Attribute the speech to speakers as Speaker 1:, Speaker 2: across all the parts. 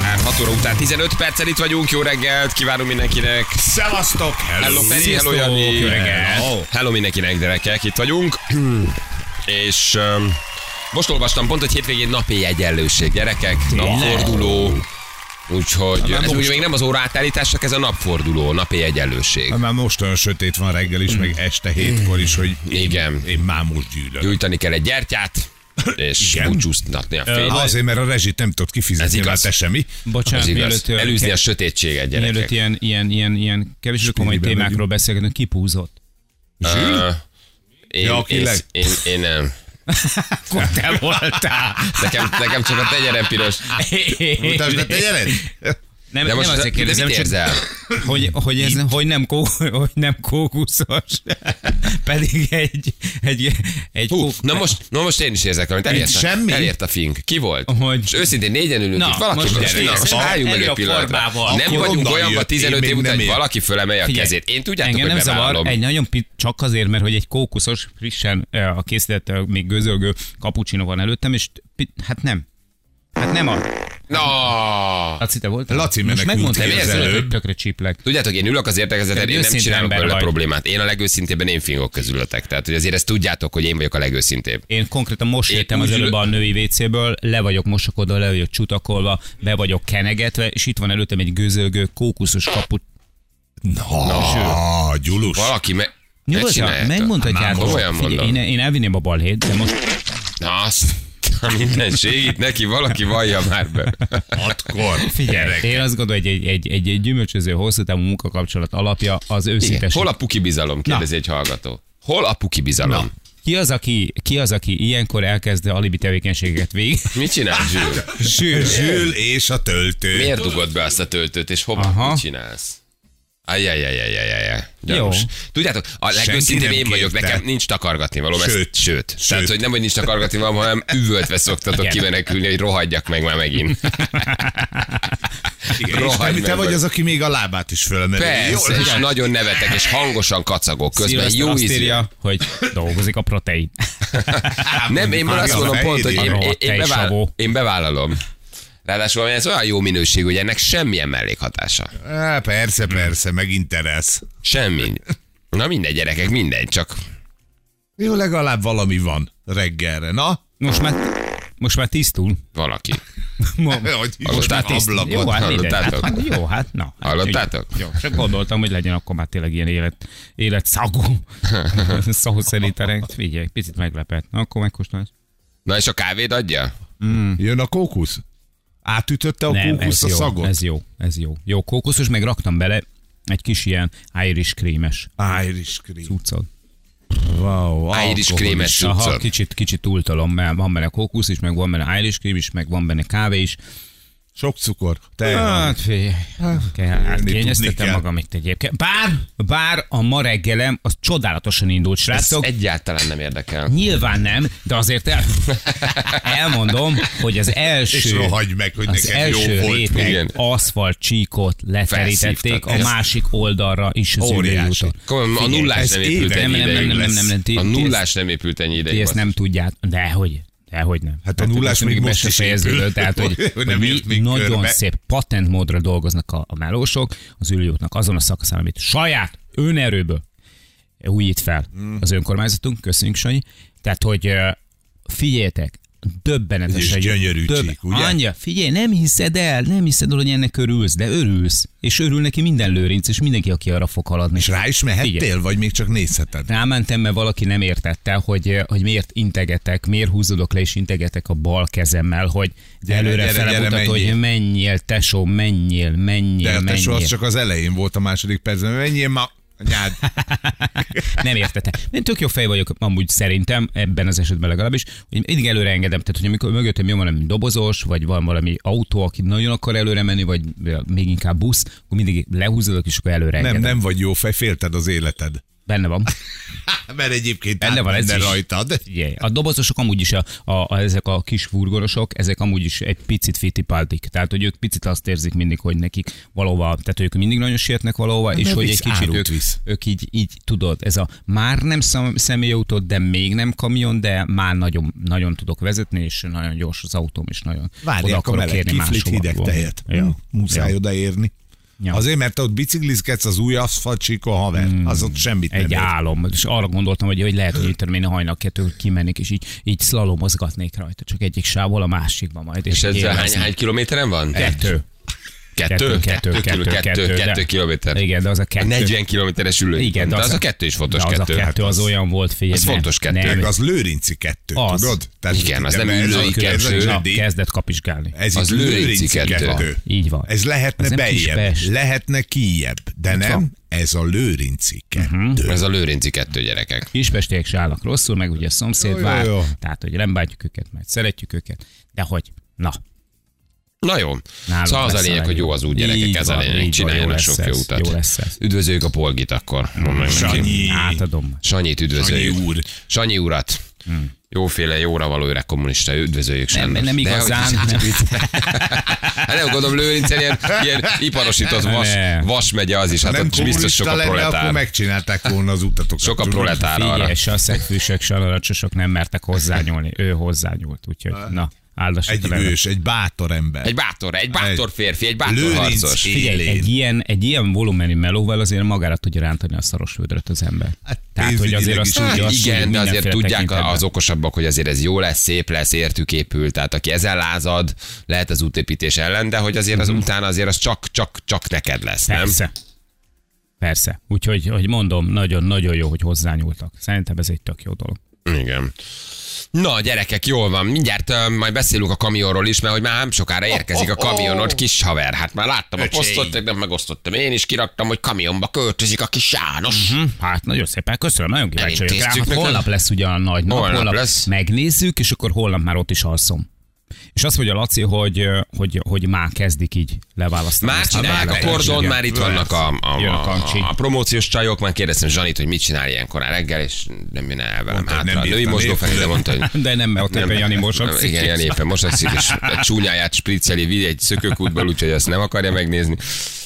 Speaker 1: Már 6 óra után 15 perccel itt vagyunk, jó reggelt, kívánom mindenkinek.
Speaker 2: Szevasztok!
Speaker 1: Hello Feri, hello Jani.
Speaker 2: Jó reggelt!
Speaker 1: Hello. Hello mindenkinek, gyerekek, itt vagyunk. És um, most olvastam pont, hogy hétvégén napi egyenlőség, gyerekek, napforduló. Úgyhogy ez úgy még nem az órátállítás, csak ez a napforduló, napi egyenlőség.
Speaker 2: Hát Már most olyan sötét van reggel is, meg este hétkor is, hogy én-
Speaker 1: Igen.
Speaker 2: én már most gyűlölök.
Speaker 1: Gyújtani kell egy gyertyát, és
Speaker 2: Igen.
Speaker 1: búcsúztatni a
Speaker 2: Ö,
Speaker 1: fényt.
Speaker 2: Azért, mert a rezsit nem tudod
Speaker 1: Ez
Speaker 2: kifizetni,
Speaker 1: igaz.
Speaker 2: már te semmi.
Speaker 1: Ez
Speaker 3: Bocsánat,
Speaker 1: igaz.
Speaker 3: mielőtt, ö,
Speaker 1: Elűzni
Speaker 3: ke-
Speaker 1: a sötétséget,
Speaker 3: mielőtt
Speaker 1: gyerekek.
Speaker 3: ilyen, ilyen, ilyen, ilyen kevésbé komoly
Speaker 2: Spiriben
Speaker 3: témákról beszélgetünk, kipúzott.
Speaker 1: Ö, Én,
Speaker 2: Ja,
Speaker 1: én,
Speaker 2: aki
Speaker 1: én,
Speaker 2: leg-
Speaker 1: én, én nem.
Speaker 3: Akkor te voltál.
Speaker 1: Nekem, nekem csak a tenyerem piros.
Speaker 2: Mutasd be, te gyered!
Speaker 3: Nem,
Speaker 1: De most
Speaker 3: nem azért
Speaker 1: de mit
Speaker 3: kérdezem, csak,
Speaker 1: érzel?
Speaker 3: hogy, hogy, ez, hogy, nem kó, hogy nem kókuszos, pedig egy, egy, egy
Speaker 1: Hú,
Speaker 3: kók-
Speaker 1: na most, na most én is érzek valamit. Elért,
Speaker 2: semmi?
Speaker 1: elért a fink. Ki volt?
Speaker 3: Hogy?
Speaker 1: És őszintén négyen ülünk
Speaker 3: Na,
Speaker 1: itt. Valaki
Speaker 3: most
Speaker 1: most
Speaker 3: gyere,
Speaker 1: na,
Speaker 3: gyere,
Speaker 1: most
Speaker 3: gyere,
Speaker 1: álljunk meg
Speaker 3: elő
Speaker 1: egy
Speaker 3: a
Speaker 1: pillanatra.
Speaker 3: korbával.
Speaker 1: Nem
Speaker 2: Akkor
Speaker 1: vagyunk
Speaker 2: onnan
Speaker 1: olyanban
Speaker 2: jött,
Speaker 1: 15
Speaker 2: én
Speaker 1: év
Speaker 2: még
Speaker 1: után,
Speaker 2: nem
Speaker 1: hogy
Speaker 2: ért.
Speaker 1: valaki fölemelje a kezét. Én tudjátok,
Speaker 3: Engem
Speaker 1: hogy
Speaker 3: nem zavar,
Speaker 1: bevállalom.
Speaker 3: egy nagyon pi- csak azért, mert hogy egy kókuszos, frissen ö, a készített, ö, még gőzölgő kapucsinó van előttem, és pi- hát nem. Hát nem ad.
Speaker 1: Na!
Speaker 3: Laci, te voltál?
Speaker 2: Laci
Speaker 3: Most
Speaker 2: menekült
Speaker 3: megmondtad,
Speaker 1: ki
Speaker 3: hogy
Speaker 1: az
Speaker 3: előbb,
Speaker 1: előbb.
Speaker 3: hogy tökre csíplek.
Speaker 1: Tudjátok, én ülök az értekezetet,
Speaker 3: Te egy
Speaker 1: én nem
Speaker 3: őszinte
Speaker 1: csinálok
Speaker 3: ember
Speaker 1: belőle
Speaker 3: vagy.
Speaker 1: problémát. Én a legőszintébben én fingok közületek. Tehát, hogy azért ezt tudjátok, hogy én vagyok a legőszintébb.
Speaker 3: Én konkrétan most
Speaker 1: Én
Speaker 3: jöttem az
Speaker 1: úgy
Speaker 3: előbb
Speaker 1: ülök-
Speaker 3: a női WC-ből, le vagyok mosakodva, le vagyok csutakolva, be vagyok kenegetve, és itt van előttem egy gőzölgő kókuszos kaput.
Speaker 2: Na, gyulus!
Speaker 1: Valaki me... ne
Speaker 3: Nyugodtan,
Speaker 1: csináljátok. Már
Speaker 3: megmondhatjátok.
Speaker 1: Komolyan
Speaker 3: Figyelj,
Speaker 1: mondom.
Speaker 3: én, én elvinném a balhét, de most
Speaker 1: Na azt a mindenség itt neki valaki vallja már be.
Speaker 2: Hatkor!
Speaker 3: figyelj,
Speaker 2: Gyerek.
Speaker 3: én azt gondolom, hogy egy, egy, egy, egy gyümölcsöző hosszú távú munkakapcsolat alapja az
Speaker 1: Igen.
Speaker 3: őszintes.
Speaker 1: Hol a puki bizalom? Kérdezi egy hallgató. Hol a puki bizalom?
Speaker 3: Na. Ki az, aki, ki az, aki ilyenkor elkezd alibi tevékenységeket végig?
Speaker 1: Mit csinál, Zsül?
Speaker 3: Sőt,
Speaker 2: Zsül és a töltő.
Speaker 1: Miért dugod be azt a töltőt, és hoppá,
Speaker 3: Aha.
Speaker 1: mit csinálsz? Ajajajajajajaj. Gyanús.
Speaker 3: Jó.
Speaker 1: Tudjátok, a legőszintébb
Speaker 2: nem
Speaker 1: én vagyok,
Speaker 2: kérte.
Speaker 1: nekem nincs takargatni való. Sőt,
Speaker 2: Sőt.
Speaker 1: sőt. Tehát,
Speaker 2: Sőt.
Speaker 1: hogy nem, hogy nincs takargatni való, hanem üvöltve szoktatok
Speaker 3: Igen.
Speaker 1: kimenekülni, hogy rohadjak meg már megint.
Speaker 2: Igen, és
Speaker 1: Rohadj
Speaker 2: te- te
Speaker 1: meg
Speaker 2: vagy az, aki még a lábát is hát, fölemeli.
Speaker 1: Persze,
Speaker 2: Jól-
Speaker 1: és nagyon nevetek, és hangosan kacagok közben.
Speaker 3: Szilveszter
Speaker 1: Jó
Speaker 3: azt
Speaker 1: ízű.
Speaker 3: írja, hogy dolgozik a protein.
Speaker 1: Nem, én már azt
Speaker 2: Maga
Speaker 1: mondom
Speaker 2: fejét
Speaker 1: pont, hogy én,
Speaker 3: írja.
Speaker 1: én, én,
Speaker 3: Te is
Speaker 1: bevállal,
Speaker 3: savó.
Speaker 1: én bevállalom. Ráadásul ez olyan jó minőség, hogy ennek semmilyen mellékhatása.
Speaker 2: Á, Persze, persze, megint teresz.
Speaker 1: Semmi. Na mindegy, gyerekek, mindegy, csak
Speaker 2: Jó, legalább valami van reggelre. Na,
Speaker 3: Most már, most már tisztul.
Speaker 1: valaki.
Speaker 3: Ma-
Speaker 2: hogy is
Speaker 1: Most már
Speaker 2: ablakot.
Speaker 1: tiszta.
Speaker 3: Jó, hát mindegy.
Speaker 1: hallottátok?
Speaker 3: Hát, hát jó, hát na. Hát,
Speaker 1: Hallottátok?
Speaker 3: Jó, csak gondoltam, hogy legyen akkor már tényleg ilyen élet, élet szagú. Szó szerint a rend. Figyelj, picit meglepett. Na, akkor megkóstolás.
Speaker 1: Na és a kávét
Speaker 3: Hát
Speaker 1: adja?
Speaker 2: Jön a kókusz? Átütötte a kókusz a
Speaker 3: jó,
Speaker 2: szagot?
Speaker 3: ez jó, ez jó. Jó, kókuszos, meg raktam bele egy kis ilyen Irish krémes
Speaker 2: Irish cream.
Speaker 3: cuccot.
Speaker 2: Wow,
Speaker 1: Irish krémes
Speaker 3: Aha,
Speaker 1: cuccot.
Speaker 3: kicsit, kicsit túltalom, mert van benne kókusz is, meg van benne Irish krém is, meg van benne kávé is.
Speaker 2: Sok cukor. Te
Speaker 3: Hát figyelj, kell, hát
Speaker 2: tudni
Speaker 3: kényeztetem
Speaker 2: kell.
Speaker 3: magam itt egyébként. Bár, bár a ma reggelem az csodálatosan indult,
Speaker 1: Ez
Speaker 3: srácok.
Speaker 1: egyáltalán nem érdekel.
Speaker 3: Nyilván nem, de azért el, elmondom, hogy az
Speaker 2: és
Speaker 3: első,
Speaker 2: rohagy meg, hogy
Speaker 3: az
Speaker 2: neked jó
Speaker 3: első
Speaker 2: volt. még.
Speaker 1: igen.
Speaker 3: réteg aszfalt csíkot leterítették
Speaker 1: Felszívtak.
Speaker 3: a
Speaker 1: Ez-
Speaker 3: másik oldalra is az
Speaker 2: Óriási.
Speaker 3: ülőúton.
Speaker 1: Komolyan, a
Speaker 2: Figyelj,
Speaker 1: nullás
Speaker 2: ez
Speaker 1: nem épült
Speaker 2: évek-
Speaker 1: ennyi
Speaker 3: Nem, nem, nem,
Speaker 1: ideig.
Speaker 3: nem, nem, nem, nem, ti-
Speaker 1: A
Speaker 3: ti
Speaker 1: nullás nem épült ennyi
Speaker 3: Ti
Speaker 1: ideig.
Speaker 3: ezt nem
Speaker 1: basszus.
Speaker 3: tudját, dehogy. Dehogy nem.
Speaker 2: Hát a
Speaker 3: Tehát
Speaker 2: nullás
Speaker 3: ezt
Speaker 2: még
Speaker 3: be
Speaker 2: most
Speaker 3: se
Speaker 2: is épül.
Speaker 3: fejeződött, tehát hogy,
Speaker 2: Hogy
Speaker 3: hogy
Speaker 2: nem
Speaker 3: mi
Speaker 2: ért még
Speaker 3: nagyon
Speaker 2: körbe.
Speaker 3: szép patentmódra dolgoznak a, a melósok az ülőútnak azon a szakaszán, amit saját önerőből újít fel
Speaker 2: Mm.
Speaker 3: az önkormányzatunk, köszönjük Sanyi. Tehát, hogy ö, figyeljetek, döbbenetes.
Speaker 2: És
Speaker 3: egy-
Speaker 2: gyönyörű csík, ugye?
Speaker 3: Anya, figyelj, nem hiszed el, nem hiszed el, hogy ennek örülsz, de örülsz. És örül neki minden lőrinc, és mindenki, aki arra fog haladni.
Speaker 2: És rá is mehettél,
Speaker 3: Figyelj.
Speaker 2: vagy még csak nézheted?
Speaker 3: Rámentem, mert valaki nem értette, hogy, eh, hogy miért integetek, miért húzódok le és integetek a bal kezemmel, hogy
Speaker 2: Gyere,
Speaker 3: gyere, előre
Speaker 2: gyere,
Speaker 3: fele
Speaker 2: gyere,
Speaker 3: mutat,
Speaker 2: menjél.
Speaker 3: hogy menjél, tesó, menjél, menjél,
Speaker 2: De hát a
Speaker 3: menjél.
Speaker 2: tesó az csak az elején volt a második percben. Menjél ma... Anyád.
Speaker 3: Nem értette. Én tök jó fej vagyok, amúgy szerintem, ebben az esetben legalábbis, hogy mindig előre engedem. Tehát, hogy amikor mögöttem jön valami dobozos, vagy van valami autó, aki nagyon akar előre menni, vagy még inkább busz, akkor mindig lehúzódok, és akkor előre
Speaker 2: Nem,
Speaker 3: engedem.
Speaker 2: nem vagy jó fej, félted az életed.
Speaker 3: Benne van.
Speaker 2: Mert egyébként
Speaker 3: Benne van ez
Speaker 2: átmenne
Speaker 3: is.
Speaker 2: rajtad.
Speaker 3: Hát Figyelj, a dobozosok amúgy is, a, a, a, ezek a kis furgonosok, ezek amúgy is egy picit fitipáltik. Tehát, hogy ők picit azt érzik mindig, hogy nekik valahova, tehát ők mindig nagyon sietnek valahova, és
Speaker 2: de
Speaker 3: hogy
Speaker 2: visz,
Speaker 3: egy kicsit
Speaker 2: árut
Speaker 3: ők,
Speaker 2: visz.
Speaker 3: ők így, így, tudod, ez a már nem szem, személyautó, de még nem kamion, de már nagyon, nagyon tudok vezetni, és nagyon gyors az autóm, és nagyon oda
Speaker 2: Várják a
Speaker 3: akarok
Speaker 2: meleg
Speaker 3: érni
Speaker 2: kiflit
Speaker 3: máshova.
Speaker 2: hideg tejet. Hm,
Speaker 3: Ja.
Speaker 2: Muszáj
Speaker 3: Ja.
Speaker 2: odaérni.
Speaker 3: Ja. Hmm.
Speaker 2: Azért, mert te ott biciklizkedsz az új aszfaltsíkon, haver. Az ott semmit nem
Speaker 3: Egy
Speaker 2: ér.
Speaker 3: álom, és arra gondoltam, hogy, hogy lehet, hogy itt én a hajnal kettő kimennék, és így, így szlalomozgatnék rajta, csak egyik sávból a másikba majd.
Speaker 1: És ez hány,
Speaker 3: élvezni.
Speaker 1: hány kilométeren van?
Speaker 3: Kettő.
Speaker 1: Kettő? Kettő, kettő, kettő, kettő
Speaker 3: de-
Speaker 1: kilométer.
Speaker 3: Igen, de az a
Speaker 1: A
Speaker 3: kettő.
Speaker 1: 40 kilométeres ülő.
Speaker 3: Igen,
Speaker 1: de az a kettő is fontos
Speaker 3: de az
Speaker 1: kettő.
Speaker 3: a kettő az,
Speaker 2: az-
Speaker 3: olyan volt, figyelj.
Speaker 1: az
Speaker 3: nem,
Speaker 1: fontos kettő.
Speaker 3: nem,
Speaker 2: Meg az lőrinci kettő,
Speaker 3: Az.
Speaker 2: tudod?
Speaker 1: Igen, az
Speaker 2: ide
Speaker 1: nem
Speaker 2: be- ez
Speaker 1: ülői
Speaker 2: a- ez a-
Speaker 1: kettő.
Speaker 3: Na,
Speaker 2: zsedi.
Speaker 3: kezdett kapizsgálni.
Speaker 2: Ez
Speaker 1: Az
Speaker 2: itt
Speaker 1: lőrinci kettő.
Speaker 3: Így van.
Speaker 2: Ez lehetne
Speaker 3: Ez nem
Speaker 2: beljebb,
Speaker 3: Kispest.
Speaker 2: lehetne kijebb, de nem, ez a lőrinci
Speaker 3: Mhm.
Speaker 2: kettő.
Speaker 1: Ez a Lőrinci kettő gyerekek.
Speaker 3: Kispestiek se állnak rosszul, meg ugye a szomszéd
Speaker 2: Jó, jó,
Speaker 3: vár,
Speaker 2: jó.
Speaker 3: tehát hogy nem bántjuk őket, mert szeretjük őket, de hogy, na,
Speaker 1: Na jó.
Speaker 3: Nálunk
Speaker 1: szóval az a
Speaker 3: lesz a
Speaker 1: lényeg, hogy
Speaker 3: legjobb.
Speaker 1: jó az úgy gyerekek,
Speaker 3: Így
Speaker 1: ez a
Speaker 3: van, így
Speaker 1: lényeg.
Speaker 3: van, jó
Speaker 1: Csináljanak
Speaker 3: lesz
Speaker 1: sok
Speaker 3: ez,
Speaker 1: jó utat.
Speaker 3: jó lesz ez.
Speaker 1: Üdvözöljük a Polgit akkor. mondd meg neki.
Speaker 2: Sanyi.
Speaker 3: átadom.
Speaker 1: Sanyit üdvözöljük.
Speaker 2: Sanyi úr.
Speaker 1: Sanyi urat. Jóféle, jóra való öreg kommunista, üdvözöljük
Speaker 3: Hmm. Nem,
Speaker 1: Sándor.
Speaker 3: nem
Speaker 1: De
Speaker 3: igazán.
Speaker 1: hogy-
Speaker 3: Nem.
Speaker 1: Hát nem gondolom, Lőrincen ilyen, ilyen iparosított vas,
Speaker 3: Nem.
Speaker 1: vas megye az is, hát
Speaker 2: Nem
Speaker 1: ott biztos sok
Speaker 2: kommunista
Speaker 1: a
Speaker 2: lenne, akkor
Speaker 1: proletár.
Speaker 2: megcsinálták volna az utatokat.
Speaker 1: Sok a
Speaker 2: tudod?
Speaker 1: proletár arra.
Speaker 3: Figyelj, se a szegfűsök, se a naracsosok nem mertek hozzányúlni. Ő hozzányúlt, úgyhogy na, áldassak
Speaker 2: Egy ős, egy bátor ember.
Speaker 1: Egy bátor, egy bátor férfi, egy bátor
Speaker 2: Lőrinc
Speaker 1: harcos.
Speaker 2: é-
Speaker 3: Figyelj,
Speaker 2: élén.
Speaker 3: egy ilyen, egy ilyen volumenű melóval azért magára tudja rántani a szaros vödröt az ember. Hát, Tehát, hogy azért
Speaker 2: pénzügyileg
Speaker 3: azt
Speaker 2: is
Speaker 1: Hát
Speaker 3: tudja, azt
Speaker 1: igen,
Speaker 3: tudja
Speaker 1: de azért
Speaker 3: mindenféle
Speaker 1: tudják
Speaker 3: tekintetben.
Speaker 1: az okosabbak, hogy azért ez jó lesz, szép lesz, értük épül. Tehát aki ezen lázad, lehet az útépítés ellen, de hogy azért az utána azért az csak, csak, csak neked lesz, nem?
Speaker 3: Mhm. Persze. Persze. Úgyhogy, hogy mondom, nagyon-nagyon jó, hogy hozzányúltak. Szerintem ez egy tök jó dolog.
Speaker 1: Igen. Na, gyerekek, jól van. Mindjárt uh, majd beszélünk a kamionról is, mert hogy már nem sokára érkezik a
Speaker 3: Oh,
Speaker 1: kamionod, kis haver. Hát már láttam a posztot, tegnap megosztottam. Én is kiraktam, hogy kamionba költözik a kis János.
Speaker 3: Hát nagyon szépen köszönöm, nagyon kíváncsi vagyok rá.
Speaker 1: Elintéztük
Speaker 3: Hát
Speaker 1: neked?
Speaker 3: holnap lesz ugye a nagy nap,
Speaker 1: Holnap
Speaker 3: holnap,
Speaker 1: lesz.
Speaker 3: megnézzük, és akkor holnap már ott is alszom. És azt mondja Laci, hogy, hogy, hogy már kezdik így leválasztani.
Speaker 1: Már
Speaker 3: ezt
Speaker 1: csinálják a
Speaker 3: vállalatot.
Speaker 1: kordon,
Speaker 3: hát Igen.
Speaker 1: már itt vannak a, a,
Speaker 3: Jön a
Speaker 1: a,
Speaker 3: kancsi.
Speaker 1: a, a promóciós csajok, már kérdeztem Zsanit, hogy mit csinál ilyenkor már reggel, és nem jön el velem
Speaker 2: Mondta, hogy
Speaker 1: hátra.
Speaker 2: nem
Speaker 1: A női
Speaker 2: bírtam
Speaker 1: mosdó de
Speaker 2: nélkül.
Speaker 1: mondta, hogy
Speaker 3: De nem, mert ott éppen Jani
Speaker 1: nem, Igen, Jani éppen mosakszik, és a csúnyáját spricceli, vigy egy szökőkútból, úgyhogy azt nem akarja megnézni.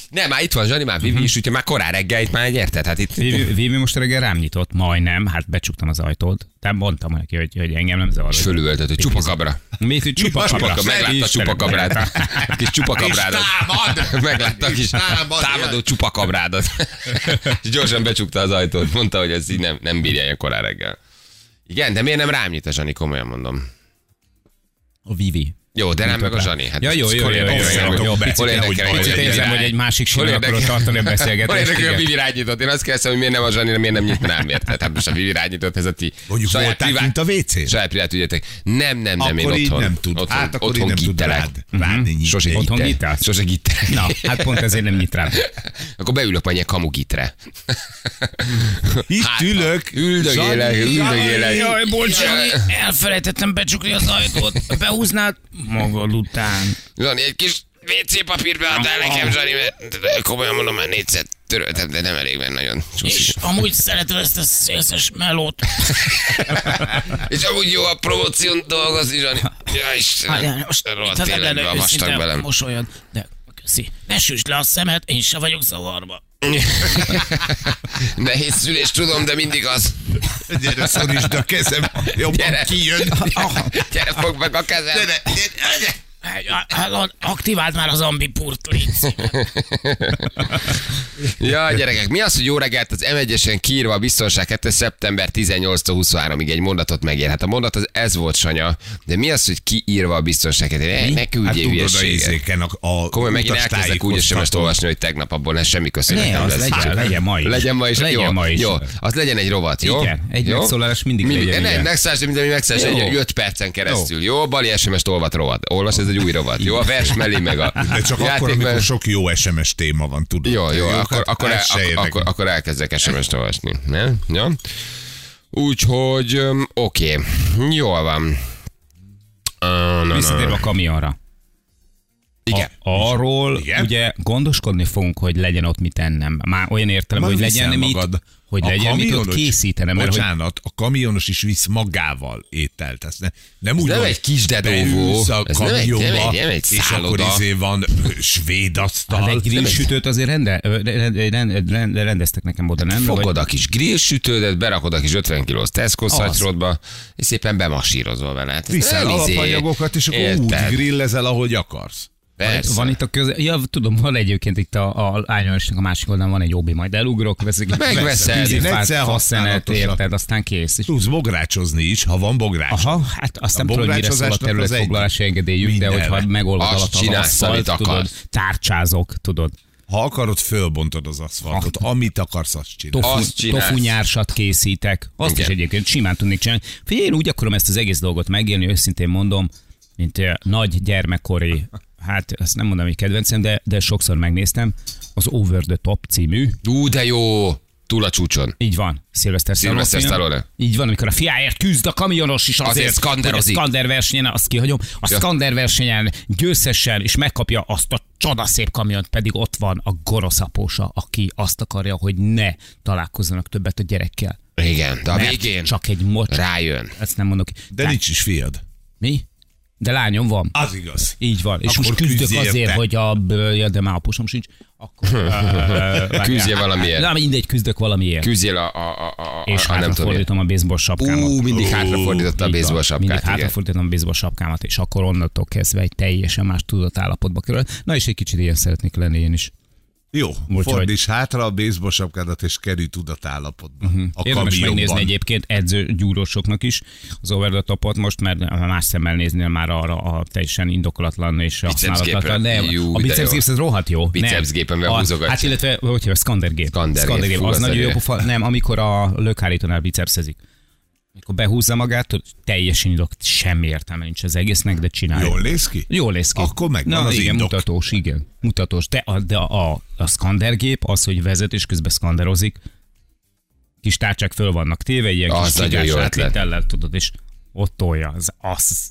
Speaker 1: Nem, már itt van Zsani, már Vivi is, úgyhogy már korán reggel itt már egy érted. Hát itt
Speaker 3: Vivi Vivi most reggel rám nyitott, majdnem, hát becsuktam az ajtót. Tehát mondtam neki, hogy, hogy engem nem zavar.
Speaker 1: és fölültött, hogy csupakabra.
Speaker 3: Mit, hogy csupa
Speaker 1: Csupaka,
Speaker 3: kabra.
Speaker 1: meglátta a csupakabrát. A kis csupakabrádat. Meglátta a kis támadó csupakabrádat. És gyorsan becsukta az ajtót. Mondta, hogy ez így nem, nem bírja ilyen korán reggel. Igen, de miért nem rám nyit a Zsani, komolyan mondom.
Speaker 3: A Vivi.
Speaker 1: Jó, de rám meg a Zsani. Hát
Speaker 3: Ja, jó, jó, jó, jó, jó, jó, jó, picit,
Speaker 1: Hol érdekel,
Speaker 2: hogy
Speaker 3: Picit
Speaker 2: Vivi
Speaker 3: érzem, hogy egy másik
Speaker 1: Hol
Speaker 3: sínen akarod
Speaker 1: érdekel-
Speaker 3: tartani a
Speaker 1: Hol
Speaker 3: beszélgetést.
Speaker 1: érdekel, hogy a
Speaker 3: igen.
Speaker 1: Vivi rányított? Én azt kérdeztem, hogy miért nem a Zsani, miért nem nyit rám, érted? Hát most a Vivi rányított, ez a ti
Speaker 2: Mondjuk voltál kint a WC-n?
Speaker 1: saját privát ügyetek. Nem, nem, nem, én
Speaker 2: Akkor így
Speaker 1: otthon.
Speaker 2: nem tud.
Speaker 1: Otthon,
Speaker 2: Hát akkor így
Speaker 1: otthon
Speaker 2: nem tud
Speaker 1: gittelek. Mhm.
Speaker 2: rád. Rád ne nyitni.
Speaker 1: Sose
Speaker 3: Otthon
Speaker 1: gitter.
Speaker 3: gittász?
Speaker 1: Sose gitterek.
Speaker 3: Na, hát pont ezért nem nyit rám.
Speaker 1: Akkor beülök anya kamugitre.
Speaker 2: Itt
Speaker 1: Hát,
Speaker 2: ülök.
Speaker 1: Üldögélek,
Speaker 2: Zsani,
Speaker 1: üldögélek.
Speaker 3: Jaj, bocs, elfelejtettem becsukni az ajtót. Behúznád magad után.
Speaker 1: Zsani, egy kis WC papírt beadtál nekem, Zsani, mert komolyan mondom, már négyszer töröltem, de nem elég benne nagyon. Csúszik.
Speaker 3: amúgy szeretem ezt a szélszes melót.
Speaker 1: És amúgy jó a promóción dolgozni, Zsani. Hát, Ja, Istenem,
Speaker 3: Hát,
Speaker 1: rohadt életbe a vastag velem.
Speaker 3: mosolyod, de köszi. Ne süsd le a szemed, én se vagyok zavarba.
Speaker 1: Nehéz szülés, tudom, de mindig az.
Speaker 2: Gyere, szorítsd a kezem. Jobban
Speaker 1: Gyere.
Speaker 2: kijön.
Speaker 1: Gyere, fogd meg a kezem.
Speaker 2: Gyere, gyere.
Speaker 3: Hello, hát, aktiváld már az ambipurt, légy.
Speaker 1: Ja, gyerekek, mi az, hogy jó reggelt az M1-esen kiírva a biztonság 2. szeptember 18-23-ig egy mondatot megér. Hát a mondat az ez volt, Sanya, de mi az, hogy kiírva a biztonság 2. Ne, ne
Speaker 2: Hát
Speaker 1: küldjél
Speaker 2: tudod, a
Speaker 1: hülyeséget.
Speaker 2: érzéken a, a
Speaker 1: Komolyan megint
Speaker 2: utas
Speaker 1: elkezdek úgy sms
Speaker 2: tájékoztató.
Speaker 1: olvasni, hogy tegnap abból ne semmi köszönet
Speaker 3: Ne,
Speaker 1: nem
Speaker 3: az
Speaker 1: lesz.
Speaker 3: legyen, legyen ma is.
Speaker 1: Legyen ma is.
Speaker 3: Legyen
Speaker 1: jó,
Speaker 3: ma is.
Speaker 1: Jó, az legyen egy rovat, jó?
Speaker 3: Igen, egy
Speaker 1: jó?
Speaker 3: megszólalás mindig legyen,
Speaker 1: Ne,
Speaker 3: igen.
Speaker 1: megszállás, de minden megszállás
Speaker 3: Jó.
Speaker 1: egy 5 percen keresztül. Jó, Bali SMS-t olvat rovat. Olvas, ez egy új új rovat. Jó, a vers mellé meg a
Speaker 2: De csak akkor,
Speaker 1: játék
Speaker 2: amikor
Speaker 1: mellé-
Speaker 2: sok jó SMS téma van, tudod.
Speaker 1: Jó, jó, akkor,
Speaker 2: hát
Speaker 1: akkor,
Speaker 2: ez
Speaker 1: el,
Speaker 2: se
Speaker 1: ak-
Speaker 2: érdekel.
Speaker 1: akkor, akkor elkezdek SMS-t olvasni. Ne? Ja? Úgyhogy, öm, oké, jól van. Ö, na, na,
Speaker 3: Visszatérve
Speaker 1: na.
Speaker 3: a kamionra.
Speaker 1: Igen.
Speaker 3: A, arról
Speaker 2: Igen?
Speaker 3: Igen? ugye gondoskodni fogunk, hogy legyen ott mit ennem. Már olyan értelem,
Speaker 2: Már
Speaker 3: hogy
Speaker 2: viszel
Speaker 3: legyen mit,
Speaker 2: magad.
Speaker 3: hogy
Speaker 2: A
Speaker 3: legyen mit ott
Speaker 2: kamionos-
Speaker 3: készítenem. Mert hogy
Speaker 2: Bocsánat, a kamionos is visz magával ételt. Ez ne, nem úgy,
Speaker 1: nem
Speaker 2: hogy
Speaker 1: egy kis dedóvó.
Speaker 2: beülsz a
Speaker 1: Ez nem egy- nem egy-
Speaker 2: kamionba,
Speaker 1: nem egy
Speaker 2: és akkor
Speaker 1: szálloda.
Speaker 2: izé van ö, svéd asztal.
Speaker 3: Hát egy grill
Speaker 1: nem egy-
Speaker 3: sütőt azért rende, ö, rend, rend, rend, rendeztek nekem oda, nem?
Speaker 1: Fogod a kis grillsütődet, berakod a kis 50 kilós Tesco szacsrodba, és szépen bemasírozol vele. Hát ez
Speaker 2: Viszel
Speaker 1: nem izé-
Speaker 2: alapanyagokat, és akkor
Speaker 1: Érted?
Speaker 2: úgy grillezel, ahogy akarsz.
Speaker 1: Persze.
Speaker 3: Van itt a köze... Ja, tudom, van egyébként itt a, a ányolásnak a másik oldalon van egy obi, majd elugrok, veszek
Speaker 1: Megveszed.
Speaker 3: egy
Speaker 2: Egyszer
Speaker 3: fát, faszenet,
Speaker 2: használatosabb.
Speaker 3: érted, aztán kész. És-
Speaker 2: Tudsz bográcsozni is, ha van bogrács.
Speaker 3: Aha, hát azt
Speaker 2: A
Speaker 3: nem tudom, hogy mire szól a
Speaker 2: bográcsozásnak az egy-
Speaker 3: területfoglalási engedélyük, de
Speaker 2: Mindenre.
Speaker 3: hogyha megolvad
Speaker 1: Azt
Speaker 3: alatt az
Speaker 1: csinálsz, amit
Speaker 3: asztalt,
Speaker 1: akarsz.
Speaker 3: tudod, tárcsázok, tudod,
Speaker 2: Ha akarod, fölbontod az aszfaltot. Amit akarsz, azt csinálod.
Speaker 3: tofu,
Speaker 1: Azt csinálsz.
Speaker 3: tofu nyársat készítek, azt
Speaker 1: Igen.
Speaker 3: is egyébként simán tudnék csinálni. Figyelj, én úgy akarom ezt az egész dolgot megélni, őszintén mondom, mint eh, nagy gyermekkori, hát ezt nem mondom, hogy kedvencem, de, de sokszor megnéztem, az Over the Top című,
Speaker 1: Ú, de jó! Túl a csúcson.
Speaker 3: Így van, Sylvester Stallone.
Speaker 1: Sylvester
Speaker 3: film.
Speaker 1: Stallone.
Speaker 3: Így van, amikor a fiáért küzd a kamionos is azért,
Speaker 1: Azért skanderozik.
Speaker 3: hogy a Skander versenyen, azt kihagyom, a
Speaker 1: Ja.
Speaker 3: Skander versenyen győzesen, és megkapja azt a csodaszép kamiont, pedig ott van a goroszapósa, aki azt akarja, hogy ne találkozzanak többet a gyerekkel.
Speaker 1: Igen, de a
Speaker 3: Mert
Speaker 1: végén
Speaker 3: Csak egy mocs.
Speaker 1: rájön.
Speaker 3: Ezt nem mondok.
Speaker 2: De
Speaker 3: Lá-
Speaker 2: nincs is fiad.
Speaker 3: Mi? De lányom van.
Speaker 2: Az igaz.
Speaker 3: Így van. És
Speaker 2: Akkor
Speaker 3: most küzdök
Speaker 2: küzdj
Speaker 3: azért,
Speaker 2: érte.
Speaker 3: hogy a... Ja, de már apusom sincs. Akkor...
Speaker 1: Küzdjél valamiért.
Speaker 3: Na, mindegy, küzdök valamiért.
Speaker 1: Küzdjél a, a, a, a,
Speaker 3: És
Speaker 1: a, a nem tudom. én.
Speaker 3: hátrafordítom a baseball sapkámat.
Speaker 1: Ú, mindig hátrafordította a
Speaker 3: Így van.
Speaker 1: baseball
Speaker 3: Mindig
Speaker 1: sapkát. igen.
Speaker 3: hátrafordítom a baseball sapkámat, és akkor onnantól kezdve egy teljesen más tudatállapotba kerül. Na és egy kicsit ilyen szeretnék lenni én is.
Speaker 2: Jó,
Speaker 3: Úgyhogy-
Speaker 2: fordíts hátra a baseball sapkádat, és kerülj tudatállapotba.
Speaker 1: Mhm.
Speaker 2: Uh-huh. A
Speaker 3: Érdemes
Speaker 2: kamionban.
Speaker 3: megnézni egyébként edzőgyúrósoknak is az over the topot most, mert ha más szemmel néznél már arra a teljesen indokolatlan és használatlan.
Speaker 1: Bicepsgépre.
Speaker 3: De
Speaker 1: Jú,
Speaker 3: a
Speaker 1: de jó.
Speaker 3: bicepsgép ez rohadt jó.
Speaker 1: Bicepsgépen
Speaker 3: A-
Speaker 1: húzogatja.
Speaker 3: Hát illetve, hogy hívják, skandergép.
Speaker 1: Skandergép. Fú,
Speaker 3: Az
Speaker 1: az
Speaker 3: nagyon
Speaker 1: nagyon
Speaker 3: jó
Speaker 1: jó.
Speaker 3: pofa. Nem, amikor a lökhárítónál bicepszezik. Amikor behúzza magát, tudod, teljesen indok, semmi értelme nincs az egésznek, de csinálja.
Speaker 2: Jól néz ki?
Speaker 3: Jól néz ki.
Speaker 2: Akkor megvan az
Speaker 3: igen,
Speaker 2: indok.
Speaker 3: mutatós, igen. Mutatós. De, a, de a, a skandergép, az, hogy vezet és közben skanderozik, kis tárcsák föl vannak téve, ilyen
Speaker 1: Az
Speaker 3: kis
Speaker 1: nagyon jó
Speaker 3: cigás
Speaker 1: ötlet.
Speaker 3: átvétellel, tudod, és ott tolja. Az, az,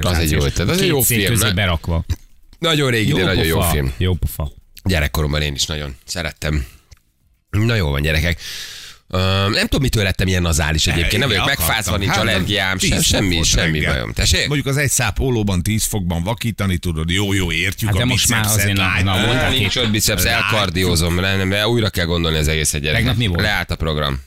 Speaker 1: Az egy jó ötlet, az egy jó film,
Speaker 3: Közé
Speaker 1: ne?
Speaker 3: berakva.
Speaker 1: Nagyon régi, de nagyon jó
Speaker 3: pofa,
Speaker 1: film.
Speaker 3: Jó pofa.
Speaker 1: Gyerekkoromban én is nagyon szerettem. Na jó van, gyerekek. Öm, nem tudom, mitől lettem ilyen nazális egyébként. Nem vagyok
Speaker 2: Akartam.
Speaker 1: megfázva, nincs
Speaker 2: Hát,
Speaker 1: allergiám,
Speaker 2: tíz
Speaker 1: sem,
Speaker 2: fok
Speaker 1: semmi,
Speaker 2: volt
Speaker 1: semmi
Speaker 2: reggel.
Speaker 1: bajom. Tessék?
Speaker 2: Mondjuk az egy száp ólóban 10 fokban vakítani tudod, jó-jó értjük
Speaker 3: Hát
Speaker 2: a
Speaker 3: de most már
Speaker 2: bicepszet,
Speaker 3: azért na-
Speaker 2: látjuk.
Speaker 3: na,
Speaker 2: Á,
Speaker 3: mondtál
Speaker 1: Mondani nincs ott biceps, elkardiózom, nem, nem, nem, újra kell gondolni az egészet gyerekek.
Speaker 3: Tegnap mi volt?
Speaker 1: Leállt a program.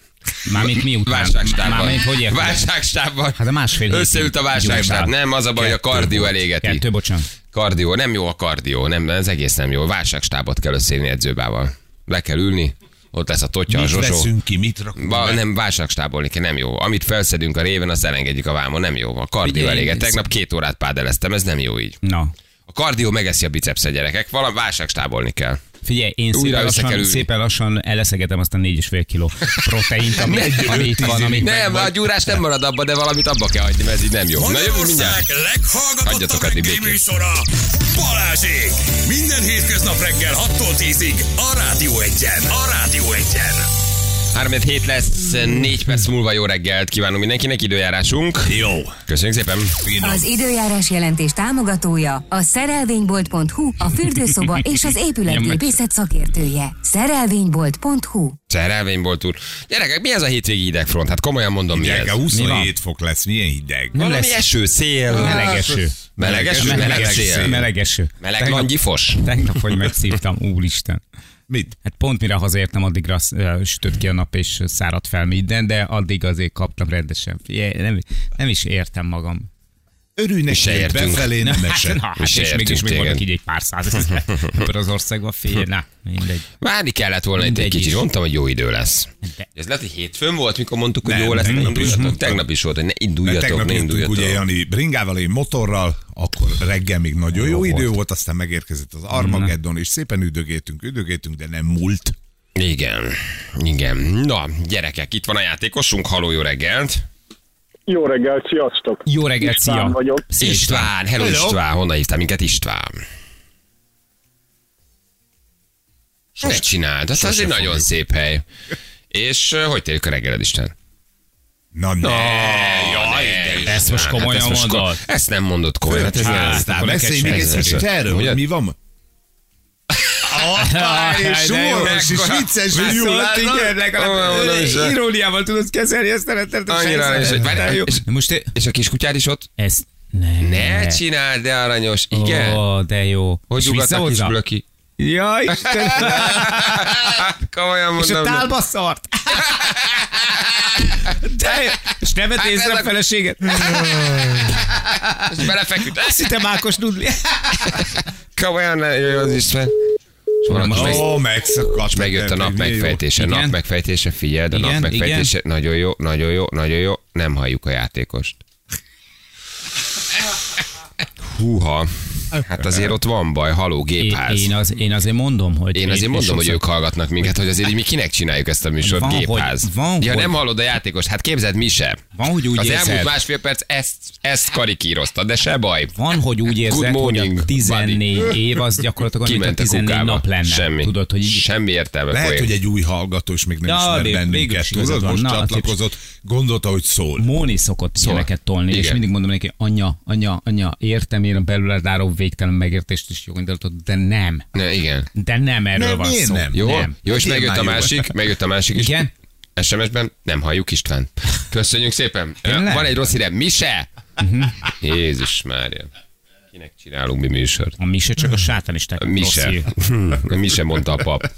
Speaker 3: Mármint miután?
Speaker 1: Válságstábban.
Speaker 3: Mármint hogy érted?
Speaker 1: Válságstábban.
Speaker 3: Hát a másfél hétig
Speaker 1: Összeült a válságstáb.
Speaker 3: gyúrtál.
Speaker 1: Nem, az a baj, hogy a
Speaker 3: Kettő
Speaker 1: kardió
Speaker 3: volt.
Speaker 1: elégeti.
Speaker 3: Kettő, bocsánat.
Speaker 1: Kardió, nem jó a kardió, nem, ez egész nem jó. Válságstábot kell összeírni edzőbával. Le kell ülni, ott lesz a totya, a
Speaker 2: Mit
Speaker 1: zsosó.
Speaker 2: veszünk ki, mit rakunk
Speaker 1: Va,
Speaker 2: be?
Speaker 1: nem válságstábolni kell, nem jó. Amit felszedünk a réven, azt elengedjük a vámon, nem jó. A kardió
Speaker 3: Figyelj,
Speaker 1: eléget.
Speaker 3: ez-
Speaker 1: Tegnap két órát pádeleztem, ez nem jó így.
Speaker 3: Na,
Speaker 1: A kardió megeszi a bicepszet, gyerekek. Valami válságstábolni kell.
Speaker 3: Figyelj, én
Speaker 1: Újra
Speaker 3: szépen
Speaker 1: össze kell
Speaker 3: lassan,
Speaker 1: ülni.
Speaker 3: szépen lassan eleszegetem azt a 4,5 kiló proteint, ami, ami itt van, ami
Speaker 1: Nem, a gyúrás nem marad abba, de valamit abba kell hagyni, mert ez így nem jó. Na jövő mindjárt.
Speaker 4: Magyarország leghallgatottabb
Speaker 1: Hagyjatok addig
Speaker 4: reggeli
Speaker 1: békén.
Speaker 4: műsora, Balázsék! Minden hétköznap reggel 6-tól 10-ig a Rádió Egyen. A Rádió Egyen.
Speaker 1: 3 hét lesz, 4 perc múlva jó reggelt kívánunk mindenkinek, időjárásunk.
Speaker 2: Jó.
Speaker 1: Köszönjük szépen.
Speaker 5: Az időjárás jelentés támogatója a szerelvénybolt.hu, a fürdőszoba és az épületgépészet szakértője. Szerelvénybolt.hu
Speaker 1: Szerelvény volt úr. Gyerekek, mi ez a hétvégi hidegfront? Hát komolyan mondom, mi ez?
Speaker 2: Gyereke,
Speaker 3: Mi
Speaker 2: 27 fok lesz, milyen hideg.
Speaker 3: Nem
Speaker 1: Valami
Speaker 3: lesz.
Speaker 1: eső, szél.
Speaker 3: Meleg eső.
Speaker 1: Meleg eső, meleg
Speaker 3: eső.
Speaker 1: szél.
Speaker 3: Meleg eső.
Speaker 1: Meleg
Speaker 3: Tegnap-
Speaker 1: langyifos.
Speaker 3: Tegnap, hogy megszívtam, úristen.
Speaker 2: Mit?
Speaker 3: Hát pont mire hazaértem, addigra ö, sütött ki a nap és száradt fel minden, de addig azért kaptam rendesen. Figyelj, nem, nem is értem magam.
Speaker 2: Örülj
Speaker 1: se
Speaker 2: neki, hogy
Speaker 1: értünk.
Speaker 2: befelé nem esett.
Speaker 3: na, hát
Speaker 1: És
Speaker 3: és
Speaker 1: értünk
Speaker 3: mégis még
Speaker 1: téged.
Speaker 3: vannak így egy pár százezer ebben az országban. Figyelj, na, mindegy.
Speaker 1: Várni kellett volna itt egy
Speaker 3: Mindegy
Speaker 1: kicsit,
Speaker 3: is.
Speaker 1: mondtam, hogy jó idő lesz.
Speaker 3: De-
Speaker 1: Ez lehet, hogy hétfőn volt, mikor mondtuk, hogy
Speaker 2: Nem,
Speaker 1: jó lesz, ne
Speaker 2: tegnap is
Speaker 1: induljatok.
Speaker 2: mondtam.
Speaker 1: Tegnap is volt, hogy ne
Speaker 2: Mert
Speaker 1: induljatok,
Speaker 2: tegnap
Speaker 1: ne
Speaker 2: jöttünk
Speaker 1: induljatok.
Speaker 2: ugye Jani bringával, én motorral, akkor reggel még nagyon jó,
Speaker 3: Jó
Speaker 2: idő
Speaker 3: volt.
Speaker 2: volt. aztán megérkezett az Armageddon, és szépen üdögétünk, üdögétünk, de nem múlt.
Speaker 1: Igen, igen. Na, gyerekek, itt van a játékosunk, haló, jó reggelt.
Speaker 6: Jó reggelt, sziasztok!
Speaker 3: Jó reggelt,
Speaker 6: István
Speaker 3: szia!
Speaker 6: vagyok.
Speaker 3: Szia,
Speaker 1: István, hello,
Speaker 2: Hello.
Speaker 1: István, honnan hívtál minket István? Ne csináld, hát az egy nagyon szép hely. És ö, hogy telik a reggeled, Isten? Ah,
Speaker 2: Na ne,
Speaker 1: jaj, de
Speaker 3: Ezt most komolyan mondod?
Speaker 1: hát Ezt nem mondod komolyan. Hát ez
Speaker 2: Főleg,
Speaker 1: ilyen-
Speaker 2: aztán
Speaker 3: akkor neked
Speaker 2: beszélj még
Speaker 3: sem
Speaker 2: egy
Speaker 1: ez
Speaker 2: kicsit
Speaker 1: lesz.
Speaker 2: erről,
Speaker 1: Ugye?
Speaker 2: hogy mi van. Ah, és
Speaker 3: de jó,
Speaker 2: súlyos, és
Speaker 1: mekkora-
Speaker 2: vicces,
Speaker 1: Viszont
Speaker 2: jó,
Speaker 3: hát
Speaker 2: látod?
Speaker 1: igen, legalább-
Speaker 2: Ah, mondom is,
Speaker 1: Ö,
Speaker 3: Iróniával tudod kezelni ezt a rettenetes
Speaker 1: Annyira is, hogy-
Speaker 3: De jó.
Speaker 1: és-
Speaker 3: Most é-
Speaker 1: És a kiskutyád is ott?
Speaker 3: ezt ne.
Speaker 1: Ne csináld, de aranyos. Igen.
Speaker 3: Ó, de jó.
Speaker 1: Hogy
Speaker 3: És
Speaker 1: ugat a kis
Speaker 3: visszahozza?
Speaker 1: blöki?
Speaker 3: Ja, Isten.
Speaker 1: Komolyan
Speaker 3: És a
Speaker 1: mondom. de-
Speaker 3: tálba szart. De jó. És nem vett
Speaker 1: Hát
Speaker 3: észre
Speaker 1: ez
Speaker 3: a
Speaker 1: a-
Speaker 3: feleséget.
Speaker 1: És belefeküdt.
Speaker 3: Azt hittem Ákos Nudli.
Speaker 1: Komolyan, jó az István. És valaki
Speaker 3: most
Speaker 1: meg-
Speaker 2: Ó, megszakadt.
Speaker 1: És megjött a nap
Speaker 2: Jó.
Speaker 1: megfejtése,
Speaker 3: Igen.
Speaker 1: nap megfejtése, figyeld, a
Speaker 3: Igen,
Speaker 1: nap
Speaker 3: igen.
Speaker 1: megfejtése, nagyon jó, nagyon jó, nagyon jó, nem halljuk a játékost. Húha, hát azért ott van baj, haló
Speaker 3: Én,
Speaker 1: gépház.
Speaker 3: én, az, én azért mondom, hogy...
Speaker 1: Én azért mondom, hogy ők hallgatnak minket, hogy azért így mi kinek csináljuk ezt a műsort,
Speaker 3: Van, hogy-
Speaker 1: gépház.
Speaker 3: van,
Speaker 1: ja,
Speaker 3: hogy-
Speaker 1: nem hallod a játékost, hát képzeld, mi sem.
Speaker 3: Van, hogy úgy
Speaker 1: Az
Speaker 3: érzed.
Speaker 1: elmúlt másfél perc ezt, ezt karikírozta, de se baj.
Speaker 3: Van, hogy úgy érzed,
Speaker 1: Good
Speaker 3: hogy
Speaker 1: morning,
Speaker 3: a 14
Speaker 1: buddy.
Speaker 3: év az gyakorlatilag mint a
Speaker 1: Kiment a
Speaker 3: 14
Speaker 1: kukába.
Speaker 3: nap lenne.
Speaker 1: Semmi.
Speaker 3: Tudod, hogy így
Speaker 1: Semmi értelme.
Speaker 2: Lehet,
Speaker 1: poén.
Speaker 2: hogy egy új hallgató is még nem
Speaker 3: Ja,
Speaker 2: ismer
Speaker 3: még-
Speaker 2: bennünket,
Speaker 3: mégis igazad
Speaker 2: tudod,
Speaker 3: van.
Speaker 2: most
Speaker 3: Na, hát
Speaker 2: csatlakozott, gondolta, hogy szól.
Speaker 3: Móni szokott szóval. ilyeneket tolni, Igen. és
Speaker 1: Igen.
Speaker 3: mindig mondom neki, anya, anya, anya, értem én a belőled álló végtelen megértést és jó indulatot, de nem.
Speaker 1: Ne, igen.
Speaker 3: De nem erről
Speaker 2: Nem,
Speaker 3: van
Speaker 2: miért
Speaker 3: szó.
Speaker 2: nem?
Speaker 1: Jó,
Speaker 3: nem.
Speaker 1: jó és
Speaker 2: Hát én
Speaker 1: megjött
Speaker 2: már
Speaker 1: a
Speaker 2: jó
Speaker 1: másik, megjött a másik is.
Speaker 3: Igen?
Speaker 1: SMS-ben nem halljuk István. Köszönjük szépen.
Speaker 3: Tényleg? Mhm.
Speaker 1: Van egy rossz hírem. Mi se? Jézus Mária. Kinek csinálunk mi műsort?
Speaker 3: A Mise csak a sátánisták.
Speaker 1: Mi
Speaker 3: rossz
Speaker 1: se.
Speaker 3: hír.
Speaker 1: Mi se mondta a pap.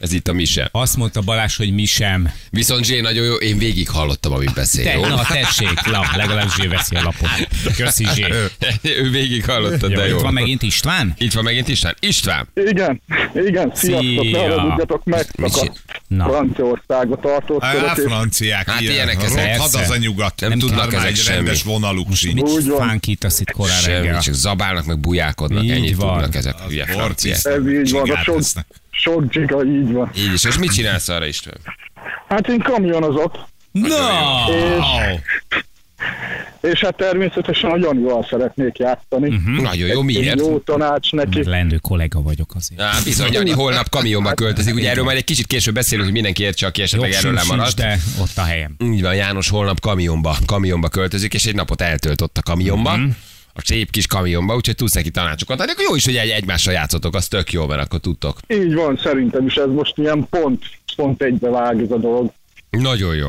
Speaker 1: Ez itt a mi se.
Speaker 3: Azt mondta Balázs, hogy mi sem.
Speaker 1: Viszont Zsé nagyon jó, én végig hallottam, amit beszél.
Speaker 3: Te,
Speaker 1: Jó?
Speaker 3: na tessék, la, legalább Zsé veszi a lapot. Köszi Zsé.
Speaker 1: Ő végig hallotta,
Speaker 3: Jó,
Speaker 1: de jó.
Speaker 3: itt van megint István?
Speaker 1: Itt van megint István. István,
Speaker 6: Igen, igen, sziasztok,
Speaker 3: Szia.
Speaker 6: ne haragudjatok,
Speaker 1: Mit
Speaker 6: megszakadt
Speaker 3: Na.
Speaker 6: Franciaországba
Speaker 2: Á,
Speaker 6: tartózkodaték.
Speaker 2: franciák,
Speaker 1: Hát ilyenek ezek.
Speaker 2: rothad az
Speaker 3: Persze.
Speaker 2: a nyugat.
Speaker 1: Nem tudnak
Speaker 2: Tartmány,
Speaker 1: ezek semmi.
Speaker 2: rendes vonaluk sincs.
Speaker 3: Mit
Speaker 6: Úgy van.
Speaker 3: fánkítasz itt korán
Speaker 1: semmi,
Speaker 3: reggel?
Speaker 1: csak zabálnak, meg bujálkodnak,
Speaker 3: Így
Speaker 1: ennyit
Speaker 3: van.
Speaker 1: tudnak ezek.
Speaker 2: Az
Speaker 1: Ugye,
Speaker 2: porcis.
Speaker 1: franciák.
Speaker 6: Ez így van, a
Speaker 2: Csigát
Speaker 6: sok,
Speaker 2: lesznek.
Speaker 6: sok dzsiga, így van.
Speaker 1: Így is. És mit csinálsz arra, István?
Speaker 6: Hát én kamionozok,
Speaker 3: No!
Speaker 6: és hát természetesen a Janival szeretnék játszani.
Speaker 3: Hm?
Speaker 1: Nagyon Mhm. jó,
Speaker 6: Egy
Speaker 1: miért?
Speaker 6: jó tanács neki.
Speaker 3: Lendő kollega vagyok azért.
Speaker 1: Á, bizony, Jani, holnap kamionba költözik. Ugye erről majd egy kicsit később beszélünk, hogy mindenki értse, aki esetleg Hát erről
Speaker 3: Jobb sincs,
Speaker 1: lemaradt.
Speaker 3: de ott a helyem.
Speaker 1: Így van, János holnap kamionba, kamionba költözik, és egy napot eltöltött a kamionba.
Speaker 3: Mhm.
Speaker 1: A szép kis kamionba, úgyhogy tudsz neki tanácsokat adni. Akkor jó is, hogy egy, egymással játszotok, az tök jó, mert akkor tudtok.
Speaker 6: Így van, szerintem is ez most ilyen pont, pont egybe vág ez a dolog.
Speaker 1: Nagyon jó.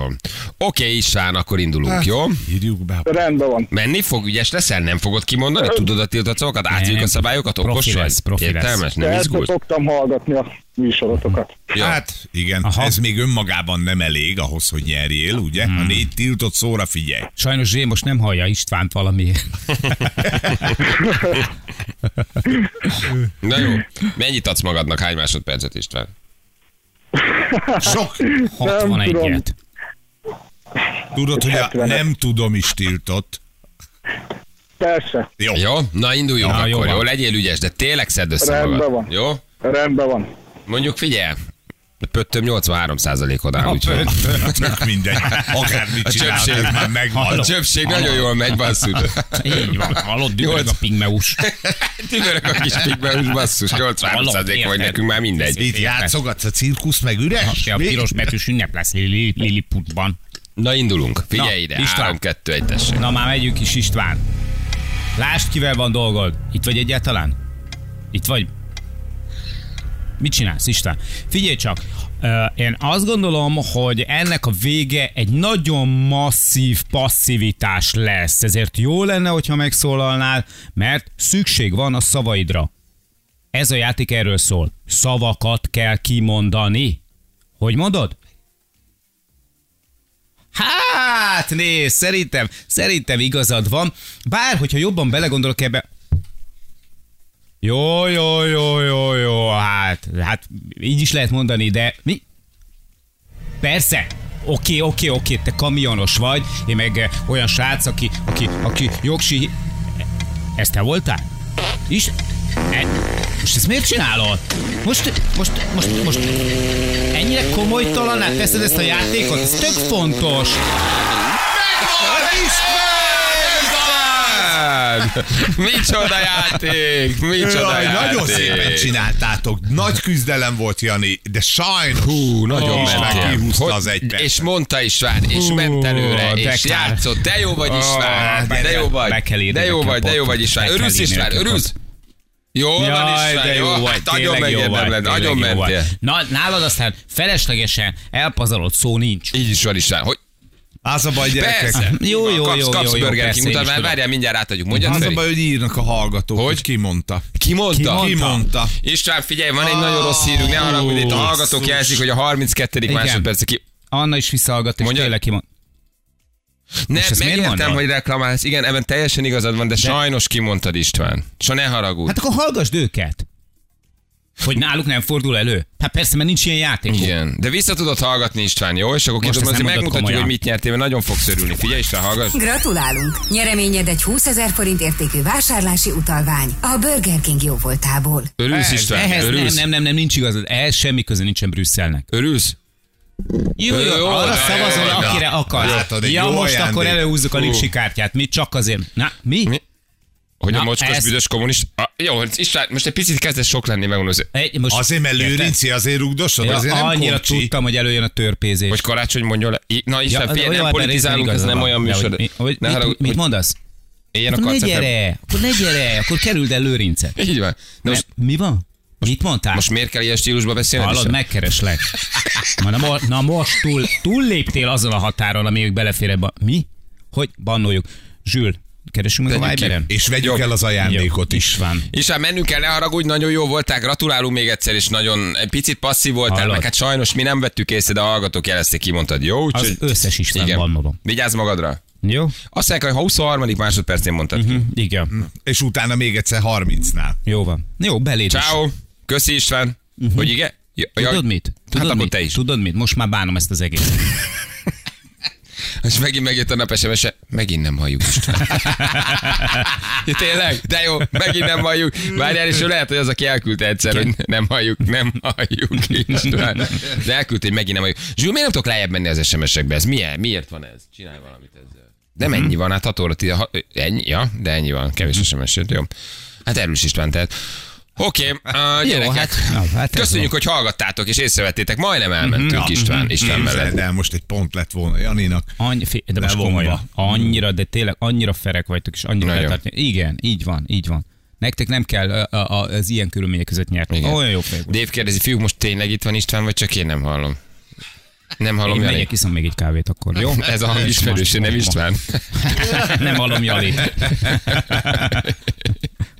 Speaker 1: Oké, István, akkor indulunk,
Speaker 6: Hát.
Speaker 1: jó?
Speaker 2: Írjuk be.
Speaker 6: Rendben van.
Speaker 1: Menni fog, ügyes leszel, nem fogod kimondani, tudod a tiltott szavakat, átjük a szabályokat,
Speaker 3: Profi
Speaker 1: okos vagy?
Speaker 3: lesz, profi lesz.
Speaker 1: Értelmes, nem
Speaker 6: Persze
Speaker 1: izgulsz?
Speaker 6: szoktam hallgatni a műsorotokat.
Speaker 1: Ja.
Speaker 2: Hát igen,
Speaker 3: Aha.
Speaker 2: ez még önmagában nem elég ahhoz, hogy nyerjél, ugye?
Speaker 1: Hmm.
Speaker 2: A négy tiltott szóra figyelj.
Speaker 3: Sajnos Zsé most nem hallja Istvánt valami.
Speaker 1: Na jó, mennyit adsz magadnak, hány másodpercet, István?
Speaker 2: Sok.
Speaker 6: tudom.
Speaker 3: 61-et.
Speaker 2: Tudod, hogy a
Speaker 6: 70-et.
Speaker 2: nem tudom is tiltott.
Speaker 6: Persze,
Speaker 2: Jó.
Speaker 1: Jó, na induljunk
Speaker 3: Na,
Speaker 1: akkor,
Speaker 3: jó
Speaker 1: jó,
Speaker 3: van.
Speaker 1: legyél ügyes, de tényleg szedd össze
Speaker 6: Rendben
Speaker 1: magad.
Speaker 6: van.
Speaker 1: Jó?
Speaker 6: rendben van.
Speaker 1: Mondjuk figyelj, a pöttöm 83%-od áll, úgyhogy.
Speaker 2: Tök Hát, mindegy. Akármit
Speaker 1: A
Speaker 2: csinálsz, ez
Speaker 1: csöpség.
Speaker 2: már megvan.
Speaker 1: A csöpség nagyon jól megy, basszus.
Speaker 3: Így van, hallod, dübörög
Speaker 1: Nyolc.
Speaker 3: a pigmeus.
Speaker 1: Tüdörök a kis pigmeus, basszus, 83% vagy
Speaker 3: Érted?
Speaker 1: nekünk már mindegy.
Speaker 2: Itt játszogatsz a cirkusz, meg üres?
Speaker 3: Te a
Speaker 2: Mi?
Speaker 3: piros betűs ünnep lesz Lili- Lilliputban.
Speaker 1: Na indulunk, figyelj
Speaker 3: Na,
Speaker 1: ide,
Speaker 3: István.
Speaker 1: 3, 2, 1, tessék.
Speaker 3: Na már megyünk is István. Lásd, kivel van dolgod. Itt vagy egyáltalán? Itt vagy? Mit csinálsz, István? Figyelj csak, ö, én azt gondolom, hogy ennek a vége egy nagyon masszív passzivitás lesz. Ezért jó lenne, hogyha megszólalnál, mert szükség van a szavaidra. Ez a játék erről szól. Szavakat kell kimondani. Hogy mondod? Hát nézd, szerintem, szerintem igazad van. Bár, hogyha jobban belegondolok ebbe... Jó, jó, jó, jó, jó, hát, hát így is lehet mondani, de mi? Persze, oké, oké, oké, te kamionos vagy, én meg eh, olyan srác, aki, aki, aki jogsi... Ez te voltál? Is? E, most ezt miért csinálod? Most, most, most, most, ennyire komolytalanná teszed ezt a játékot? Ez tök fontos.
Speaker 1: Arra István! Balázs! Micsoda játék! Micsoda
Speaker 2: Jaj,
Speaker 1: játék!
Speaker 2: nagyon szépen csináltátok. Nagy küzdelem volt, Jani, de sajnos Hú,
Speaker 1: Nagyon mentél.
Speaker 2: kihúzta
Speaker 1: Hogy-
Speaker 2: az egy percet.
Speaker 1: És mondta István, és ment előre,
Speaker 3: de
Speaker 1: és
Speaker 3: kár.
Speaker 1: játszott. De jó vagy István,
Speaker 3: be
Speaker 1: de
Speaker 3: kell-
Speaker 1: jó vagy.
Speaker 3: be kell írni
Speaker 1: De jó
Speaker 3: neki a
Speaker 1: vagy, de jó
Speaker 3: pontot.
Speaker 1: vagy István.
Speaker 3: Be kell
Speaker 1: Örülsz
Speaker 3: írni
Speaker 1: István,
Speaker 3: neki a
Speaker 1: örülsz? Jó van
Speaker 3: Jaj,
Speaker 1: István,
Speaker 3: de jó vagy,
Speaker 1: Hát nagyon
Speaker 3: tényleg jó vagy,
Speaker 1: megérdemled,
Speaker 3: tényleg
Speaker 1: nagyon
Speaker 3: jó vagy.
Speaker 1: mentél.
Speaker 3: Na, nálad aztán feleslegesen elpazarolt szó nincs.
Speaker 1: Így is van István, hogy
Speaker 2: Az a baj,
Speaker 1: persze.
Speaker 2: gyerekek.
Speaker 3: hát Jó, jó,
Speaker 1: kapsz,
Speaker 3: jó,
Speaker 1: kapsz
Speaker 3: jó, jó,
Speaker 1: Burger
Speaker 3: persze,
Speaker 1: King
Speaker 3: én is
Speaker 1: utalványt,
Speaker 3: tudom.
Speaker 1: várjál, mindjárt átadjuk. Mondjad,
Speaker 2: Az a
Speaker 1: Feri.
Speaker 2: baj, hogy írnak a hallgatók, hogy,
Speaker 1: Hogy?
Speaker 2: ki mondta.
Speaker 1: Ki mondta?
Speaker 2: Ki mondta?
Speaker 1: István, figyelj, van
Speaker 3: Ah.
Speaker 1: egy nagyon rossz hírünk, ne haragudj, itt a hallgatók jelzik, hogy a 32.
Speaker 3: Igen.
Speaker 1: másodperc ki...
Speaker 3: Anna is visszahallgat, és
Speaker 1: Mondja.
Speaker 3: tényleg kimond.
Speaker 1: Nem,
Speaker 3: ezt miért
Speaker 1: megértem,
Speaker 3: mondod?
Speaker 1: hogy reklamálsz. Igen, ebben teljesen igazad van, de, sajnos kimondtad István. So ne haragudj.
Speaker 3: Hát akkor hallgassd őket. Hogy náluk nem fordul elő? Hát persze, mert nincs ilyen játék.
Speaker 1: Igen, de vissza tudod hallgatni István, jó? És akkor ki
Speaker 3: Most
Speaker 1: tudom,
Speaker 3: ezt
Speaker 1: azért
Speaker 3: nem mondod
Speaker 1: megmutatjuk,
Speaker 3: komolyan.
Speaker 1: hogy mit nyertél, mert nagyon fogsz örülni. Figyelj István, hallgass.
Speaker 5: Gratulálunk! Nyereményed egy 20 ezer forint értékű vásárlási utalvány a Burger King jóvoltából.
Speaker 1: Örülsz
Speaker 3: Ez,
Speaker 1: István,
Speaker 3: ehhez nem,
Speaker 1: örülsz.
Speaker 3: nem, nem, nem, nincs igazad. Ehhez semmi köze nincsen Brüsszelnek.
Speaker 1: Örülsz?
Speaker 3: Jó, jó,
Speaker 1: Jó,
Speaker 3: jó arra
Speaker 1: de-
Speaker 3: szavazol,
Speaker 1: na.
Speaker 3: akire akarsz.
Speaker 2: Látod, egy
Speaker 3: ja,
Speaker 2: jó
Speaker 3: most
Speaker 2: ajándék.
Speaker 3: akkor előhúzzuk a lipsi kártyát. Mi csak azért. Na, mi?
Speaker 1: Mi? Hogy a
Speaker 3: Na,
Speaker 1: mocskos
Speaker 3: ez-
Speaker 1: büdös kommunista... Ah, Jó, István, most egy picit kezdesz sok lenni, megmondom, az-
Speaker 3: Egy, most
Speaker 2: Azért, mert
Speaker 3: Érted?
Speaker 2: lőrinci, azért rugdosod,
Speaker 3: Ja,
Speaker 2: azért nem
Speaker 3: annyira
Speaker 2: komcsi.
Speaker 3: tudtam, hogy előjön a törpézés.
Speaker 1: hogy karácsony mondjon le. I- Na István,
Speaker 3: az-
Speaker 1: figyelj,
Speaker 3: olyan
Speaker 1: nem
Speaker 3: ebben
Speaker 1: politizálunk,
Speaker 3: részben
Speaker 1: ez nem
Speaker 3: igazad
Speaker 1: olyan
Speaker 3: van. Ja,
Speaker 1: műsor.
Speaker 3: hogy mi- hogy
Speaker 1: Ne
Speaker 3: mit-
Speaker 1: haragudj,
Speaker 3: Mit Hát
Speaker 1: hogy
Speaker 3: mondasz?
Speaker 1: éljen a
Speaker 3: Akkor ne
Speaker 1: karcafem.
Speaker 3: gyere, akkor ne gyere, akkor kerüld el lőrincet.
Speaker 1: Így van. De most,
Speaker 3: Ne, Mi van? Mit mondtál?
Speaker 1: most miért kell ilyen stílusba beszélni?
Speaker 3: Hallod,
Speaker 1: István?
Speaker 3: megkereslek. Ma, na, mo- na most túl, túlléptél azon a határon, ami ők belefér ebbe. a- Mi? Hogy bannoljuk. Zsül, keresünk meg a
Speaker 1: Tegyük ki.
Speaker 3: Viberen?
Speaker 2: És vegyük
Speaker 1: Jó.
Speaker 2: el az ajándékot
Speaker 3: Jó,
Speaker 2: is.
Speaker 3: István.
Speaker 1: István, mennünk kell, ne haragudj, nagyon jó voltál, gratulálunk még egyszer, és nagyon egy picit passzív voltál,
Speaker 3: Hallod?
Speaker 1: meg hát sajnos mi nem vettük észre, de a hallgatók jelezték, kimondtad, jó?
Speaker 3: Az
Speaker 1: Úgyhogy-
Speaker 3: összes István
Speaker 1: Igen.
Speaker 3: bannolom.
Speaker 1: Vigyázz magadra.
Speaker 3: Jó?
Speaker 1: Azt mondják, hogy ha 23. másodpercén mondtad.
Speaker 3: Hm, igen.
Speaker 2: És utána még egyszer 30-nál.
Speaker 3: Jó van. Jó, beléd is.
Speaker 1: Ciao, köszi István. Hogy igen? Ja, ja,
Speaker 3: Mhm. Tudod mit? Tudod
Speaker 1: hát
Speaker 3: mit?
Speaker 1: akkor te is.
Speaker 3: Tudod mit? Most már bánom ezt az egészet.
Speaker 1: És megint megjött a nap sms -e. megint nem halljuk István. ja, tényleg? De jó, megint nem halljuk. Várjál, és ő lehet, hogy az, aki elküldte egyszer, hogy nem halljuk, nem halljuk István. De elküldte, hogy megint nem halljuk. Zsú, miért nem tudok lejjebb menni az SMS-ekbe? Ez milyen? Miért van ez? Csinálj valamit ezzel. Nem
Speaker 3: Mhm.
Speaker 1: ennyi van, hát 6 óra 10, ha- ennyi, ja, de ennyi van, kevés SMS jött, jó. Hát erős István tehát. Oké, okay, gyerekek,
Speaker 3: hát- na, hát ez Mhm.
Speaker 1: köszönjük, hogy hallgattátok és észrevettétek, majdnem elmentünk István, István mellett.
Speaker 2: Képzeld el, most egy pont lett volna Janinak.
Speaker 3: Annyi, fi- de most
Speaker 2: Bevonva.
Speaker 3: komolyan. Annyira, de tényleg annyira ferek vagytok, és annyira
Speaker 1: Nagyon.
Speaker 3: letartni. Igen, így van, így van. Nektek nem kell ö, a, a, az ilyen körülmények között nyerni.
Speaker 1: Igen.
Speaker 3: Olyan jó fejek.
Speaker 1: Dév kérdezi, fiúk, most tényleg itt van István, vagy csak én nem hallom? Nem hallom,
Speaker 3: Én
Speaker 1: Jani.
Speaker 3: megyek, iszom még egy kávét akkor, jó?
Speaker 1: Jó, ez a hang
Speaker 3: És
Speaker 1: ismerős,
Speaker 3: most-
Speaker 1: én nem
Speaker 3: most-
Speaker 1: István.
Speaker 3: Nem hallom Jali.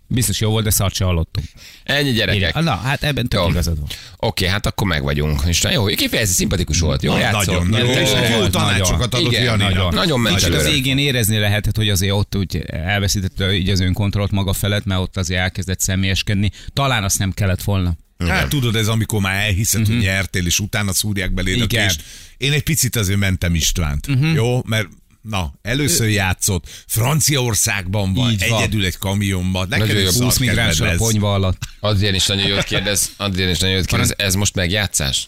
Speaker 3: Biztos jó volt, de szart se hallottunk.
Speaker 1: Ennyi gyerekek.
Speaker 3: Igen. Na, hát ebben
Speaker 1: Jó.
Speaker 3: tök igazad van.
Speaker 1: Oké, hát akkor meg vagyunk. István, jó, kifejezetten szimpatikus volt. Jó, játszott.
Speaker 2: Nagyon, nagyon.
Speaker 1: Jó.
Speaker 2: És
Speaker 3: volt,
Speaker 2: jó
Speaker 3: Ah, nagyon.
Speaker 2: tanácsokat adott
Speaker 1: Igen, nagyon.
Speaker 2: Janinak.
Speaker 1: Nagyon ment
Speaker 3: Kicsit az
Speaker 1: előre.
Speaker 3: végén érezni lehetett, hogy azért ott úgy elveszítette így az önkontrollt maga felett, mert ott azért elkezdett személyeskedni. Talán azt nem kellett volna.
Speaker 2: Hát tudod, ez amikor már elhiszed, hogy nyertél, és utána szúrják beléd a
Speaker 3: Mhm. Igen. Mhm.
Speaker 2: kést. Én egy picit azért mentem Istvánt. Jó, mert Na, először játszott, Franciaországban van,
Speaker 3: Így van.
Speaker 2: egyedül egy kamionban, neked
Speaker 1: Nagyon
Speaker 2: egy
Speaker 1: jó.
Speaker 3: 20 migránssal a ponyva alatt.
Speaker 1: Adrián is nagyon jót kérdez, Adrián is nagyon jót kérdez, ez most megjátszás?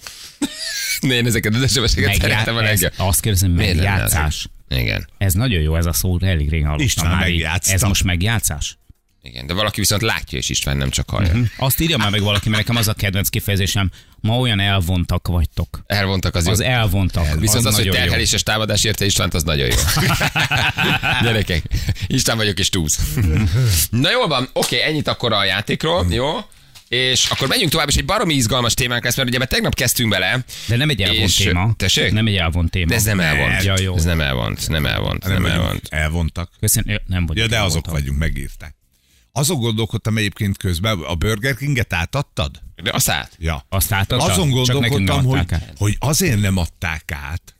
Speaker 1: Ne, Én ezeket az esemeseket
Speaker 3: Megjá-
Speaker 1: szeretem a
Speaker 3: ez,
Speaker 1: legjobb.
Speaker 3: azt kérdezem,
Speaker 1: Miért lenne az?
Speaker 3: megjátszás.
Speaker 1: Igen,
Speaker 3: Ez nagyon jó, ez a szó, elég régen hallottam
Speaker 2: István
Speaker 3: már. így.
Speaker 2: megjátszta.
Speaker 3: Ez most megjátszás?
Speaker 1: igen, de valaki viszont látja és István nem csak hallja.
Speaker 3: Azt írja már meg valaki, mert nekem az a kedvenc kifejezésem, ma olyan elvontak vagytok.
Speaker 1: Elvontak az,
Speaker 3: Az
Speaker 1: jó.
Speaker 3: elvontak.
Speaker 1: Viszont az, hogy
Speaker 3: nagyon jó.
Speaker 1: terheléses támadás érte Istvánt, az nagyon jó. Gyerekek, István vagyok és túz. Na jól van, oké, ennyit akkor a játékról,
Speaker 3: Mm.
Speaker 1: jó? És akkor menjünk tovább, és egy baromi izgalmas témánk lesz, mert ugye mert tegnap kezdtünk bele.
Speaker 3: De nem egy elvont
Speaker 1: És-
Speaker 3: téma.
Speaker 1: Tessék?
Speaker 3: Nem egy elvont téma.
Speaker 1: De ez nem elvont.
Speaker 3: Ja, jó.
Speaker 1: Ez nem elvont, nem elvont, nem elvont.
Speaker 2: Elvontak.
Speaker 3: Köszönöm, Ö, nem vagyok.
Speaker 2: Ja, de azok
Speaker 3: elvontam.
Speaker 2: vagyunk, megírták. Azon gondolkodtam egyébként közben, a Burger Kinget átadtad?
Speaker 1: De azt át.
Speaker 2: Ja.
Speaker 3: Azt átadtad?
Speaker 2: Azon
Speaker 3: Csak nekünk nem
Speaker 2: gondolkodtam, hogy,
Speaker 3: adták át.
Speaker 2: hogy azért nem adták át,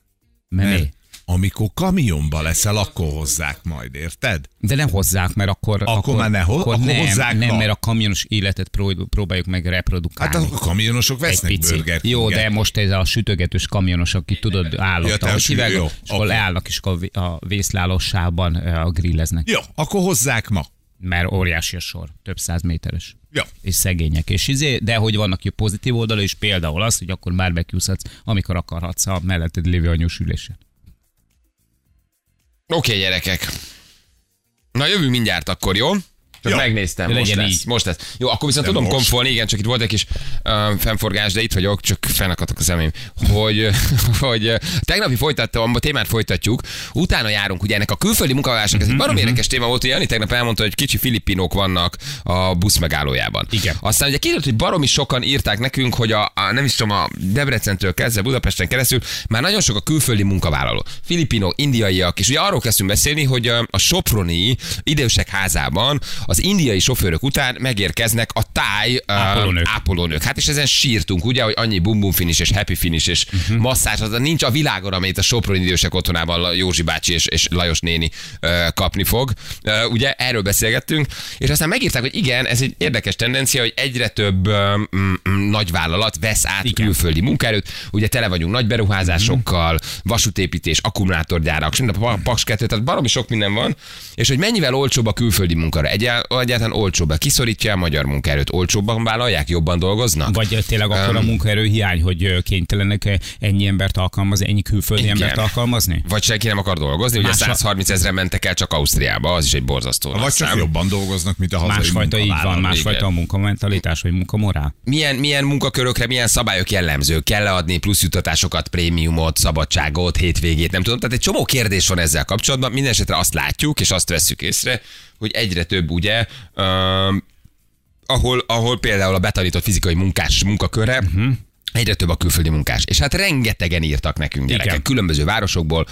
Speaker 3: Mert mi?
Speaker 2: mert amikor kamionba leszel, akkor hozzák majd, érted?
Speaker 3: De nem hozzák, mert akkor...
Speaker 2: Akkor már ne ho- akkor
Speaker 3: nem,
Speaker 2: hozzák
Speaker 3: Nem,
Speaker 2: ma.
Speaker 3: mert a kamionos életet pró- próbáljuk meg reprodukálni.
Speaker 2: Hát akkor a kamionosok
Speaker 3: egy
Speaker 2: vesznek
Speaker 3: pici.
Speaker 2: Burger
Speaker 3: Jó,
Speaker 2: Kinget.
Speaker 3: de most ez a sütögetős kamionos, aki tudod,
Speaker 2: Ja,
Speaker 3: állott,
Speaker 2: te
Speaker 3: ahogy
Speaker 2: sü-
Speaker 3: hívják,
Speaker 2: jó,
Speaker 3: és akkor
Speaker 2: oké.
Speaker 3: leállnak, és akkor a vé- a vészlálossában a grilleznek.
Speaker 2: Jó, akkor hozzák ma.
Speaker 3: Mert óriási a sor, több száz méteres.
Speaker 2: Jó.
Speaker 3: És szegények. És izé, de hogy vannak jó pozitív oldala, és például az, hogy akkor barbecue amikor akarhatsz a melletted lévő anyós ülésen.
Speaker 1: Oké, okay, gyerekek. Na jövő mindjárt akkor, jó? Csak
Speaker 2: Jó.
Speaker 1: megnéztem,
Speaker 3: Legyen
Speaker 1: most lesz,
Speaker 3: így.
Speaker 1: most lesz. Jó, akkor viszont
Speaker 2: De
Speaker 1: tudom
Speaker 2: most.
Speaker 1: konfolni, igen, csak itt volt egy kis uh, fennforgás, de itt vagyok, csak fennakadtak az emém, hogy, hogy uh, tegnapi folytattam, a témát folytatjuk, utána járunk ugye ennek a külföldi munkavállalásnak,
Speaker 2: Mhm,
Speaker 1: ez egy barom érdekes téma volt, hogy Jani tegnap elmondta, hogy kicsi filipinok vannak a busz megállójában.
Speaker 3: Igen.
Speaker 1: Aztán ugye kiderült, hogy baromi sokan írták nekünk, hogy a, a nem is tudom, a Debrecentől kezdve Budapesten keresztül már nagyon sok a külföldi munkavállaló. Filipinok, indiaiak, és ugye arról kezdtünk beszélni, hogy ö, a Soproni idősek házában az indiai sofőrök után megérkeznek a táj ö,
Speaker 3: Ápolónők.
Speaker 1: ápolónők. Hát és ezen sírtunk, ugye, hogy annyi bumbum finish és happy finish és uh-huh. masszázs, az nincs a világon, amit a Soproni idősek otthonában La- Józsi bácsi és, és Lajos néni ö, kapni fog. Ö, ugye erről beszélgettünk, és aztán megírták, hogy igen, ez egy érdekes tendencia, hogy egyre több ö, mm, mm, nagyvállalat vesz át igen. külföldi munkaerőt. Ugye tele vagyunk nagy beruházásokkal, vasútépítés, akkumulátorgyárak, minden a Paks 2, tehát baromi sok minden van, és hogy mennyivel olcsóbb a külföldi munkára. Egyel, egyáltalán olcsóbb, kiszorítja a magyar munkaerőt, olcsóbban vállalják, jobban dolgoznak.
Speaker 3: Vagy tényleg akkor a munkaerő hiány, hogy ö, kénytelenek ennyi embert alkalmazni, ennyi külföldi
Speaker 1: Igen.
Speaker 3: embert alkalmazni?
Speaker 1: Vagy senki nem akar dolgozni, ugye
Speaker 3: Más-
Speaker 1: 130 ezeren mentek el csak Ausztriába, az is egy borzasztó.
Speaker 2: Vagy
Speaker 1: nagyszám.
Speaker 2: csak jobban dolgoznak, mint a hazai
Speaker 3: Másfajta így van,
Speaker 2: munkavállalók.
Speaker 3: másfajta
Speaker 1: igen.
Speaker 3: a munkamentalitás, vagy munkamorál.
Speaker 1: milyen, milyen munkakörökre, milyen szabályok jellemző? Kell adni plusz jutatásokat, prémiumot, szabadságot, hétvégét, nem tudom. Tehát egy csomó kérdés van ezzel kapcsolatban. Mindenesetre azt látjuk, és azt vesszük észre, hogy egyre több ugye, öm, ahol, ahol például a betanított fizikai munkás munkakörre, uh-huh. Egyre több a külföldi munkás. És hát rengetegen írtak nekünk gyerekek, Igen.
Speaker 3: Igen.
Speaker 1: különböző városokból,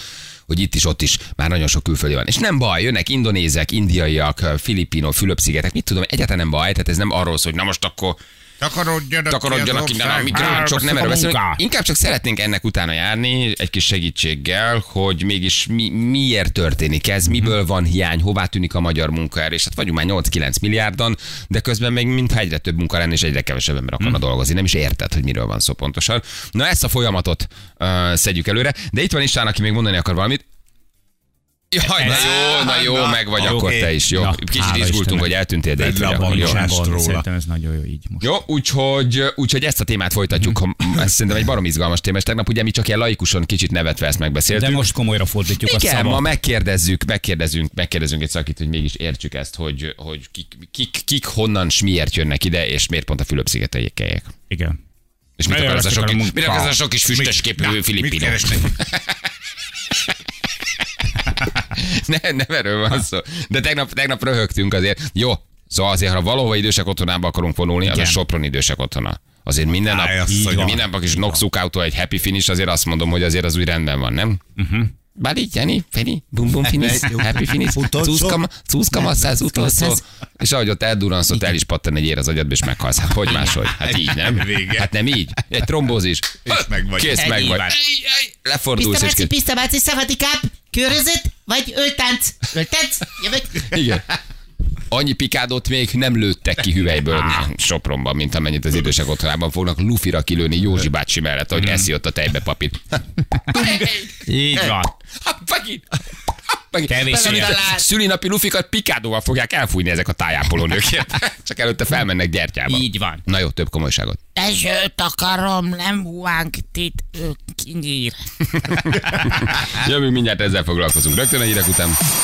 Speaker 1: hogy itt is, ott is már nagyon sok külföldi van. És nem baj, jönnek indonézek, indiaiak, filipinok, Fülöp-szigetek, mit tudom, egyáltalán nem baj, tehát ez nem arról szól, hogy na most akkor
Speaker 2: Takarodjanak,
Speaker 1: takarodjanak innen a migránsok, nem erről beszélünk.
Speaker 3: munka.
Speaker 1: Inkább csak szeretnénk ennek utána járni, egy kis segítséggel, hogy mégis mi, miért történik ez, miből van hiány, hová tűnik a magyar munkaerő, és hát vagyunk már 8-9 milliárdan, de közben még mintha egyre több munka lenne, és egyre kevesebb ember akarna dolgozni. Nem is érted, hogy miről van szó pontosan. Na ezt a folyamatot uh, szedjük előre, de itt van István, aki még mondani akar valamit. Jaj, na
Speaker 3: Ez-
Speaker 1: jó, na jó,
Speaker 2: Na,
Speaker 1: meg vagy
Speaker 2: oké.
Speaker 1: akkor te is, jó.
Speaker 3: Na,
Speaker 1: Kicsit
Speaker 3: hála
Speaker 1: izgultunk,
Speaker 3: Istennek.
Speaker 1: hogy eltűntél, de itt
Speaker 2: Vedd le
Speaker 1: vagy
Speaker 2: a
Speaker 1: akkor, jó.
Speaker 2: bankcsát. Sást róla.
Speaker 3: Szerintem ez nagyon jó így most.
Speaker 1: Jó, úgyhogy, úgyhogy ezt a témát folytatjuk. ha- Ez szerintem egy barom izgalmas téma, és tegnap ugye mi csak ilyen laikuson kicsit nevetve ezt megbeszéltük.
Speaker 3: De most komolyra fordítjuk a
Speaker 1: igen, ma
Speaker 3: szavat.
Speaker 1: megkérdezzük, megkérdezünk, megkérdezünk egy szakít, hogy mégis értsük ezt, hogy, hogy kik, kik, kik, honnan, s miért jönnek ide, és miért pont a Fülöp-szigeteiek.
Speaker 3: Igen.
Speaker 1: És mit akar ez a
Speaker 3: Megjelöltek
Speaker 1: sok,
Speaker 3: a
Speaker 1: mit
Speaker 3: munka.
Speaker 1: akar ez a sok kis füstös képű filipinó? nem, nem erről van szó. De tegnap, tegnap röhögtünk azért. Jó, szóval azért, ha valahova idősek otthonába akarunk vonulni, az a
Speaker 3: Igen.
Speaker 1: Sopron idősek otthona. Azért minden nap,
Speaker 2: Áj, asszonyom.
Speaker 1: minden nap kis noxuk autó, egy happy finish, azért azt mondom, hogy azért az úgy rendben van, nem? Bár így, Jani, Feri, bum bum finish, happy finish,
Speaker 7: Utolsó?
Speaker 1: cuszka- cuszka masszáz utolsó, és ahogy ott eldurransz, ott el is pattan egy ér az agyadba, és meghalsz. Hát hogy máshogy? Hát így, nem?
Speaker 2: Vége.
Speaker 1: Hát nem így? Egy trombózis.
Speaker 2: És meg vagy.
Speaker 1: Kész,
Speaker 7: Ennyi
Speaker 1: meg vagy.
Speaker 7: van.
Speaker 1: Ej, ej, Lefordulsz, és
Speaker 7: Pisztabáci,
Speaker 1: kész.
Speaker 7: pisztabáci, szavatikább, körözött, vagy öltánc? Öltánc? Jövök?
Speaker 1: Igen. Annyi pikádot még nem lőttek ki hüvelyből Sopronban, mint amennyit az idősek otthonában fognak lufira kilőni Józsi bácsi mellett,
Speaker 2: Mhm.
Speaker 1: hogy eszi ott a tejbe papit.
Speaker 3: Így van.
Speaker 1: Hát
Speaker 3: Kevés ilyen.
Speaker 1: Szülinapi lufikat pikádóval fogják elfújni ezek a tájápolónők. Csak előtte felmennek gyertyába.
Speaker 3: Így van.
Speaker 1: Na jó, több komolyságot.
Speaker 7: Ezsőt akarom, nem huánk tit, ö, kinyír.
Speaker 1: Jövünk mindjárt ezzel foglalkozunk. Rögtön egy hírek után.